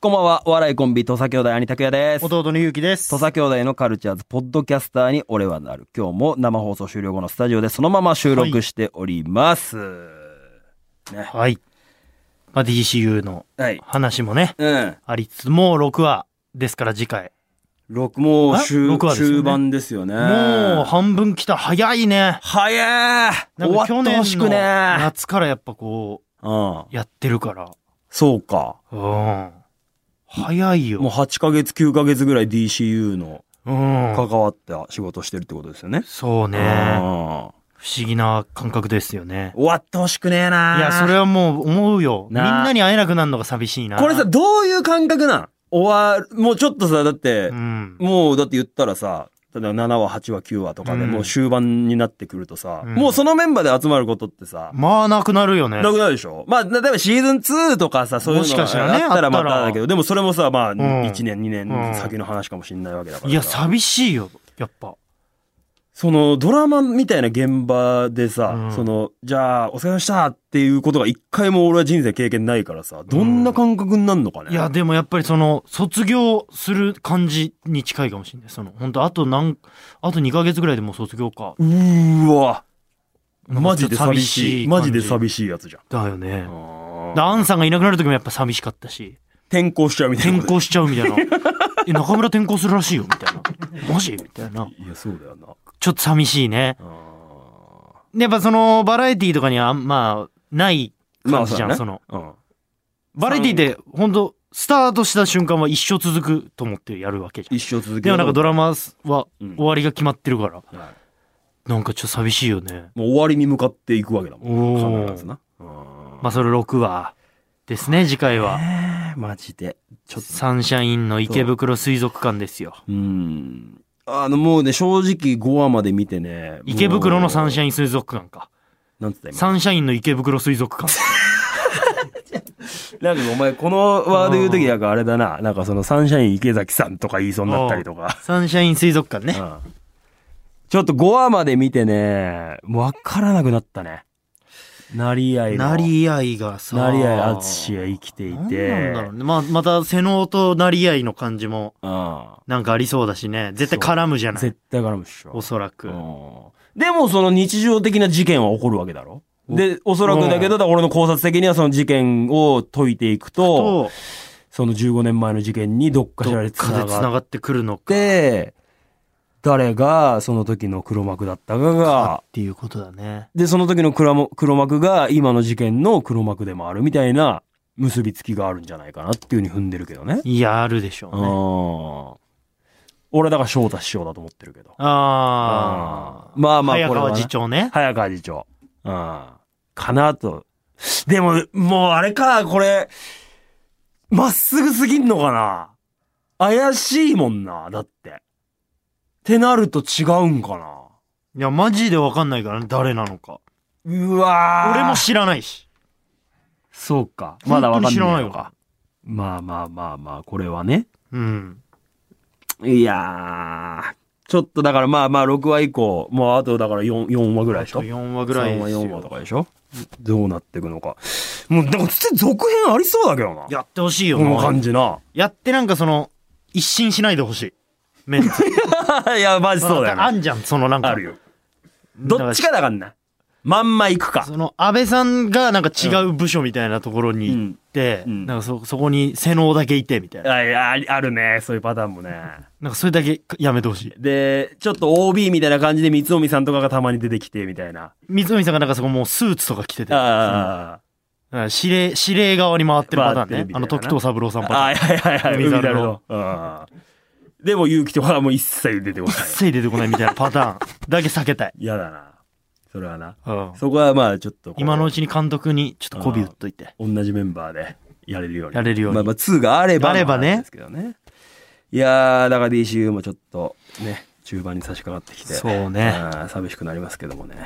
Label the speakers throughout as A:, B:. A: こんばんは、お笑いコンビ、土佐兄弟、兄拓也です。
B: 弟のゆうきです。
A: 土佐兄弟のカルチャーズ、ポッドキャスターに俺はなる。今日も生放送終了後のスタジオでそのまま収録しております。ね。
B: はい。まあ、DCU の
A: はい。
B: 話もね、
A: うん。
B: ありつつ、もう6話ですから次回。
A: 六もう
B: あ
A: 終、
B: 六話ですよね
A: 終盤ですよね。
B: もう半分来た、早いね。
A: 早い
B: なん
A: 終
B: か
A: わ
B: 去
A: って
B: 年
A: ほしく
B: の
A: ねえ
B: 夏からやっぱこ
A: うん。
B: う、やってるから。
A: そうか。
B: うん。早い
A: もう
B: よ。
A: 8ヶ月、9ヶ月ぐらい DCU の
B: うん。
A: 関わった仕事してるってことですよね。
B: そう
A: う
B: ね。
A: ん。
B: 不思議な感覚ですよね。
A: 終わってほしくねえない
B: や、それはもう思うよ。みん
A: なあ
B: なに会えなくなるのが寂しいな。
A: これさ、、どういう感覚なん終わる、もうちょっとさ、だって
B: う、ん。
A: もうだって言ったらさ、例えば7話、8話、9話とかで
B: うん
A: もう終盤になってくるとさ、
B: うん
A: もうそのメンバーで集まることってさ、
B: まあ、なくなるよね。
A: なくなるでしょまあ、例えばシーズン2とかさ、そういう
B: もし
A: の
B: かしたらね
A: あったらま
B: あった
A: た
B: ら
A: だけど、でもそれもさ、まあ、
B: ん
A: 1年、2
B: う
A: 年
B: ん
A: 先の話かもしんないわけだからさ。
B: いや、寂しいよ。やっぱ。
A: そのドラマみたいな現場でさ、
B: うん
A: その、じゃあ、お疲れ様でしたっていうことが一回も俺は人生経験ないからさ、どんな感覚になるのかね。
B: いや、でもやっぱりその、卒業する感じに近いかもしれない。その、本当あと何、あと2ヶ月ぐらいでもう卒業か。
A: うーわ。マジで寂
B: 寂
A: し
B: し
A: い。
B: い
A: マジで
B: 感
A: 寂しいやつじゃん。
B: だよね。
A: あ
B: で、アンさんがいなくなる時もやっぱ寂しかったし、
A: 転校しちゃうみたいな。
B: 転校しちゃうみたいな。 え、中村転校するらしいよ、みたいな。マジみたいな。
A: いや、そうだよな。
B: ちょっと寂しいね。
A: あ
B: でやっぱその、バラエティとかには、まあ、ない
A: ーま
B: 感
A: あ、
B: じじゃん、
A: う
B: そ
A: だ
B: の
A: ね。うん。
B: バラエティって、本当スタートした瞬間は一生続くと思ってやるわけじゃん。
A: 一生続け
B: でもなんかドラマは
A: うん
B: 終わりが決まってるから、
A: マ、はい
B: なんかちょっと寂しいよね。
A: もう終わりに向かっていくわけだも
B: お
A: ん。必ず
B: ー
A: な。うん
B: まあそれ6話ですね、次回は。
A: えーマジで。ちょっと。
B: サンシャインの池袋水族館ですよ。
A: うん。あの、もうね、正直5話まで見てね。
B: 池袋のサンシ
A: ャイ
B: ャイン水族館か。
A: ン。なんつった今。
B: サンシャインの池袋水 族館。
A: なんかお前、このワード言うとき、なんかあれだな。なんかそのサンシャイン池崎さんとか言いそうになったりとか。
B: サンシャイン水族館ね。
A: うんちょっと5話まで見てね、わからなくなったね。なり合いの。
B: なり合いがさ。
A: なり合い淳が生きてい
B: なん
A: て。
B: なんだろうね。まあ、また、瀬能となり合いの感じも、
A: う
B: なんかありそうだしね。絶対絡むじゃ
A: ん。
B: ない。
A: 絶対絡むっしょ。
B: おそらく。
A: うんでもその日常的な事件は起こるわけだろ
B: お
A: で、おそらくだけど、だから俺の考察的にはその事件を解いていくと、
B: と、
A: その15年前の事件にどっかし
B: ど
A: ら
B: っ
A: で
B: かで
A: 繋
B: 繋
A: がっ
B: がってくるのか。
A: て、誰がその時の黒幕だったか
B: か
A: が
B: っ、ていうことだね。
A: で、その時の黒も黒幕が今の事件の黒幕でもあるみたいな結びつきがあるんじゃないかなっていうふうに踏んでるけどね。
B: いや、あるでしょう
A: う
B: ね。
A: ん。俺だから翔太師匠だと思ってるけど。
B: ああ。
A: まあまあ
B: 早
A: これは
B: 川
A: ね
B: 次長ね。
A: 早川次長。うん。かなと。でも、もうあれか、これ、まっすぐすぎんのかな怪しいもんな、だって。ってなると違うんかない
B: や、マジでわかんないからね、誰なのか。
A: うわー
B: 俺も知らないし。
A: そうか。まだわかんない。
B: 本当に知らないわ。
A: まあまあまあまあ、これはね。
B: うん。
A: いやー。ちょっとだからまあまあ、6話以降、もうあとだから 4, 四話ぐらいでしょ
B: 4話ぐらい
A: 3話
B: です
A: 4話と
B: よ。
A: かでしょどうなっていくのか。もう、でも、つ続編ありそうだけどな。
B: やってほしいよ
A: この感
B: な。
A: じな。
B: やってなんかその、一新しないでほしい。メンツ。
A: いや、マジ そうだよ
B: あ
A: な。
B: んじゃん、そのなんか。
A: あるよ。どっちかだからな。まんま行くか。
B: その、安倍さんがなんか違う部署みたいなところに行って、
A: うんうん
B: なんかそ、そこに瀬能だけいて、みたいな。
A: あいやありあるね。そういうパターンもね。
B: なんかそれだけやめてほしい。
A: で、ちょっと OB みたいな感じで三つさんとかがたまに出てきて、みたいな。
B: 水海さんがなんかそこもうスーツとか着てて、
A: あ
B: そのうん指令、指令側に回ってるパターン
A: 回ってる
B: ね
A: み。た
B: あ
A: いな
B: の、
A: な
B: 時藤三郎さん
A: あ。
B: パタ
A: あ
B: ー
A: あ、
B: ン。
A: はいはいはい。
B: 海
A: 海
B: 猿
A: 猿
B: の
A: の。うんでも、勇気とかはもう一切出てこない。
B: 一切出てこないみたいなパターンだけ避けたい。
A: 嫌だな。それはな。
B: うん。
A: そこはまあ、ちょっとこう。
B: 今のうちに監督にちょっと媚び打っといて。
A: 同じメンバーでやれるように。
B: やれるように
A: まあまあ、2があれば。
B: あればね
A: ですけどね。いやー、だから DCU もちょっとね、中盤に差し掛かってきて。
B: そうね
A: あー寂しくなりますけどもね。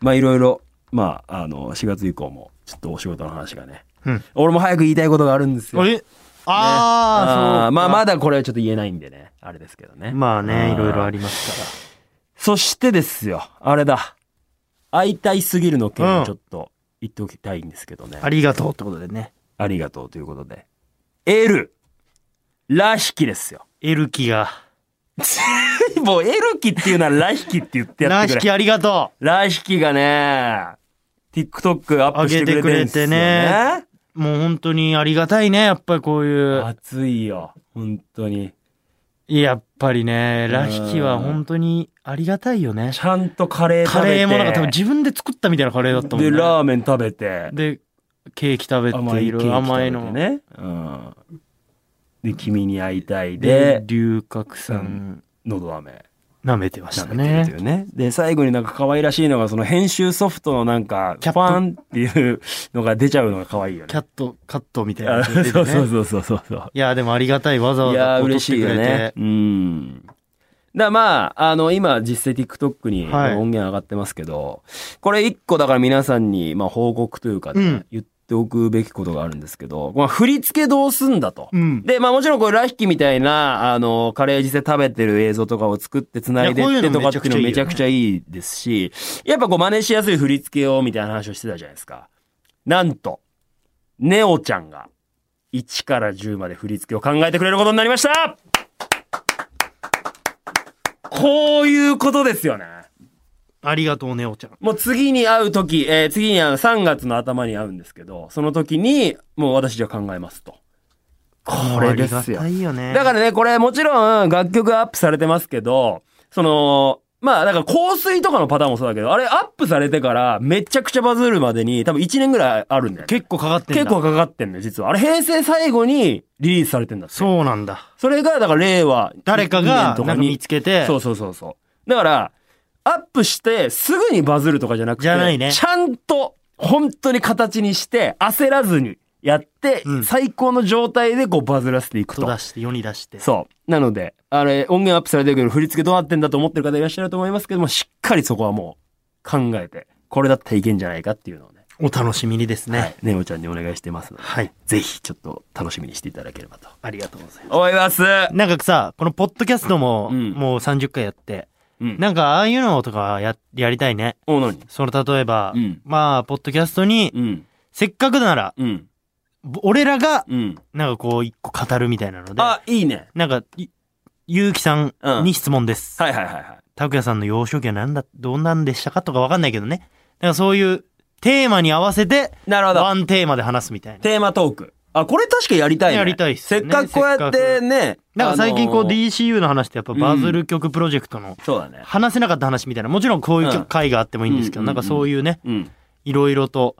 A: まあいろいろ、まあ、あの、4月以降も、ちょっとお仕事の話がね。
B: うん。
A: 俺も早く言いたいことがあるんですよ。ね
B: えああ、そうか。
A: まあまだこれはちょっと言えないんでね。あれですけどね。
B: まあね、いろいろあ
A: り。
B: りますか
A: そしてですよ、あれだ。会いたいすぎるの件をちょっと言っておきたいんですけどね。
B: ら。ありがとうってことでね。
A: ありがとうということで。エールラヒキですよ。
B: エルキが。
A: もうエルキっていうならラヒキって言ってやっ
B: ラ
A: て
B: ヒ
A: く
B: キ
A: れ。
B: ありがと
A: ラヒキがね、TikTok アップしてくれてるんですよ
B: 上
A: ね。
B: う。もう本当にありがたいね。やっぱりこういう。
A: 熱いよ、本当に。
B: やっぱりね、ラヒキは本当にありがたいよね
A: ち。ゃんとカレー食べて。
B: カレーもなんか多分自分で作ったみたいなカレーだったもん
A: で、
B: ね。
A: ラーメン食べて。
B: で、ケーキ食べてい
A: ケーキ食べて
B: る甘いの。
A: ね。うん。で、君に会いたい
B: で
A: で、、
B: 龍角散、
A: う喉飴。
B: 舐めてました
A: 舐めてると
B: ね。
A: いうね。で、最後になんか可愛らしいのが、その編集ソフトのなんか、
B: キャップ
A: ファンっていうのが出ちゃうのが可愛いよ
B: キ
A: ね。
B: ャット、カットみたいな
A: あ
B: やつ出てね。
A: そうそうそうそうそうそう。
B: いや、でもありがたい。わざわ
A: いや
B: ざ
A: ー
B: 撮
A: 嬉
B: って
A: しいよ
B: くれ
A: ね
B: て。。
A: うん。だからまあ、あの、今、実際 TikTok に
B: はい
A: 音源上がってますけど、これ一個だから皆さんに、まあ、報告というかね、
B: うん
A: 言っておくべきことがあるんですけど、まあ、振り付けどうすんだと。
B: うん。
A: で、まあもちろんこういうラヒキみたいな、あの、カレー実際食べてる映像とかを作って繋いで
B: いやこうい
A: っ
B: う
A: て
B: の
A: とかっていうの
B: め
A: めち
B: ち
A: ゃ
B: ゃ
A: く
B: く
A: ち
B: ち
A: ゃいいですし、やっぱこう真似しやすい振り付けをみたいな話をしてたじゃないですか。なんと、ネオちゃんが1から10まで振り付けを考えてくれることになりましたこういうことですよね。
B: ありがとうね、おちゃん。
A: もう次に会う時、えー次にあの3月の頭に会うんですけど、その時にもう私じゃ考えますと。これですよ
B: ありがた。いよね。、
A: だかららね、これもちろん楽曲アップされてますけど、その、まあ、だから香水とかのパターンもそうだけど、あれアップされてからめちゃくちゃバズるまでに多分1年ぐらいあるんだよ、ね。
B: 結構かかってんだ。
A: 結構。かかってんのよ、実は。あれ平成最後にリリースされてんだって。
B: そうなんだ。
A: それが、だから令和。
B: 誰か
A: 2
B: が、
A: 年と
B: な
A: か
B: んか見
A: に。
B: つけて、
A: そうそうそうそう。だから、アップしてすぐにバズるとかじゃなくて、
B: じゃないね
A: ちゃんと本当に形にして焦らずにやって、
B: うん
A: 最高の状態でこうバズらせていくと
B: 音。出して、世に出して。
A: そう。なので、あれ、音源アップされてるけど、振り付けどうなってんだと思ってる方いらっしゃると思いますけども、しっかりそこはもう考えて、これだったらいけんじゃないかっていうのをね、
B: お楽しみにです
A: はい
B: ね。
A: ねおちゃんにお願いしてますので、
B: はい。
A: ぜひちょっと楽しみにしていただければと
B: ありがとうございます。
A: 思います。
B: なんかさ、このポッドキャストも、
A: うん
B: もう30回やって、
A: うん。
B: なんかああいうのとかや、やりたいね。
A: お、なに
B: その、例えば、
A: うん
B: まあ、ポッドキャストに、
A: うん。
B: せっかくなら、
A: うん。
B: ぼ俺らが、
A: うん。
B: なんかこう、一個語るみたいなので、
A: あ、いいね。
B: なんか、いゆうきさんに質問です。
A: はいはいはいはい。
B: たくやさんの幼少期はなんだ、どんなんでしたかとかわかんないけどね。なんかそういう、テーマに合わせて、
A: なるほ
B: ワ
A: ど。
B: ンテーマで話すみたいな。
A: テーマトーク。あ、これ確かやりたいね。
B: やりたいっす
A: せ
B: ね
A: っかくこうやってね。
B: なんか最近こう
A: あのー
B: DCU の話ってやっぱバズる曲プロジェクトの
A: そうだね。
B: 話せなかった話みたいな、もちろんこういう
A: うん
B: 曲回があってもいいんですけ
A: うん
B: ど、
A: うん
B: な
A: うん
B: んかそういうね、
A: うん。
B: いろいろと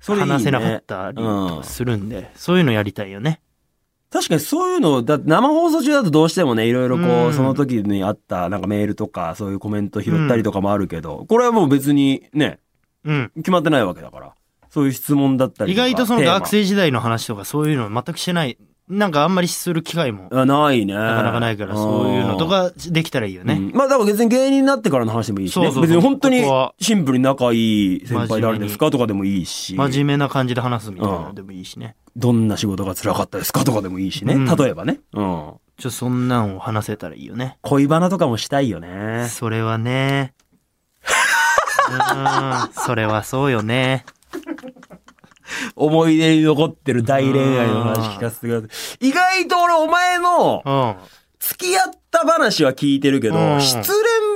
A: それいいね
B: 話せなかったりとかするんで、そういうのやりたいよね。
A: 確かにそういうの、だって生放送中だとどうしてもね、いろいろこ
B: う
A: う、
B: ん
A: その時にあった、なんかメールとか、そういうコメント拾ったりとかもあるけど、これはもう別にね、
B: うん。
A: 決まってないわけだから。そういう質問だったり
B: 意
A: とか。
B: 外とその
A: テーマ
B: 学生時代の話とかそういうの全くしてない、なんかあんまりする機会も
A: あないね。
B: なかなかないから、そういうのとかできたらいいよ
A: うん。
B: ね。
A: うんまあだから別に芸人になってからの話でもいいしね。
B: そうそうそう
A: 別に本当に
B: ここは
A: シンプルに仲いい先輩誰ですかとかでもいいし、
B: 真面目な感じで話すみたいなのでもいいしね。
A: どんな仕事が辛かったですかとかでもいいしね。
B: うん
A: 例えばね。うん。
B: ちょ、そんなんを話せたらいいよね。
A: 恋バナとかもしたいよね。
B: それ はね。うーん、それはそうよね。
A: 思い出に残ってる大恋愛の話聞かせてください。意外と俺お前の
B: うん。
A: 付き合った話は聞いてるけど、
B: うん
A: 失恋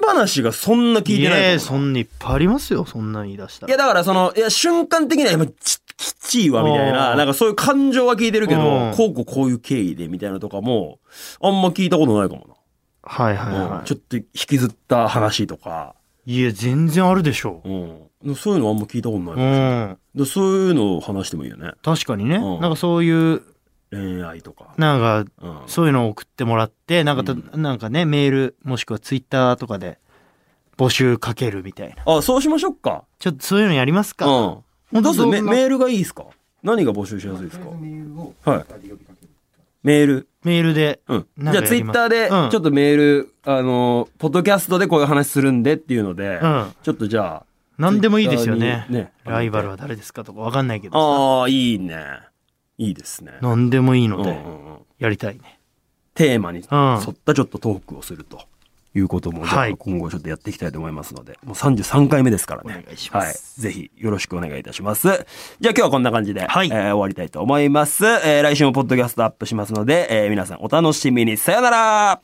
A: 話がそんな聞いてない
B: い
A: か
B: や
A: も
B: そんないっぱいありますよ、そんなん言い出した
A: いや
B: ら。
A: だからその、いや瞬間的には、いやち、きちいわみたいな、
B: うん
A: なんかそういう感情は聞いてるけ
B: う
A: ど
B: ん、
A: こうこうこういう経緯でみたいなとかも、あんま聞いたことないかも
B: はいはい
A: な。う
B: は
A: んちょっと引きずった話とか、
B: い。いや、全然あるでしょ。
A: うん、そういうのあんま聞いたことないうかも
B: う
A: しれない。
B: ん。
A: でそういうのを話してもいいよね。
B: 確かにね。
A: うん
B: なんかそういう、
A: 恋愛とか。
B: なんか、
A: うん
B: そういうのを送ってもらって、なんかた、
A: う
B: なんかね、メール、もしくはツイッターとかで募集かけるみたいな。
A: あ、そうしましょうか。
B: ちょっとそういうのやりますか、
A: うん。どうする
B: どん
A: メ
B: な
A: メールがいいですか何が募集しやすいですかはい。メール。
B: メールで。
A: うん。じ
B: なんか
A: ゃあ
B: やります
A: ツイッターで、ち
B: う
A: ょっ
B: ん
A: とメール、あの、ポッドキャストでこういう話するんでっていうので
B: う、ん。
A: ちょっとじゃあ。
B: 何でもいいですよね
A: Twitter。にね
B: ライバルは誰ですかとかわかんないけどさ。
A: ああ、いいね。いいですね。
B: 何でもいいの
A: うんう
B: で、
A: んうん
B: やりたいね。
A: テーマに沿
B: ん
A: ったちょっとトークをすると。いうことも、じゃあ
B: はい
A: 今後ちょっとやっていきたいと思いますので、もう33回目ですからね。
B: お願いします
A: はい。ぜひよろしくお願いいたします。じゃあ今日はこんな感じで、
B: はい
A: えー終わりたいと思います。えー来週もポッドキャストアップしますので、えー皆さんお楽しみに。さよなら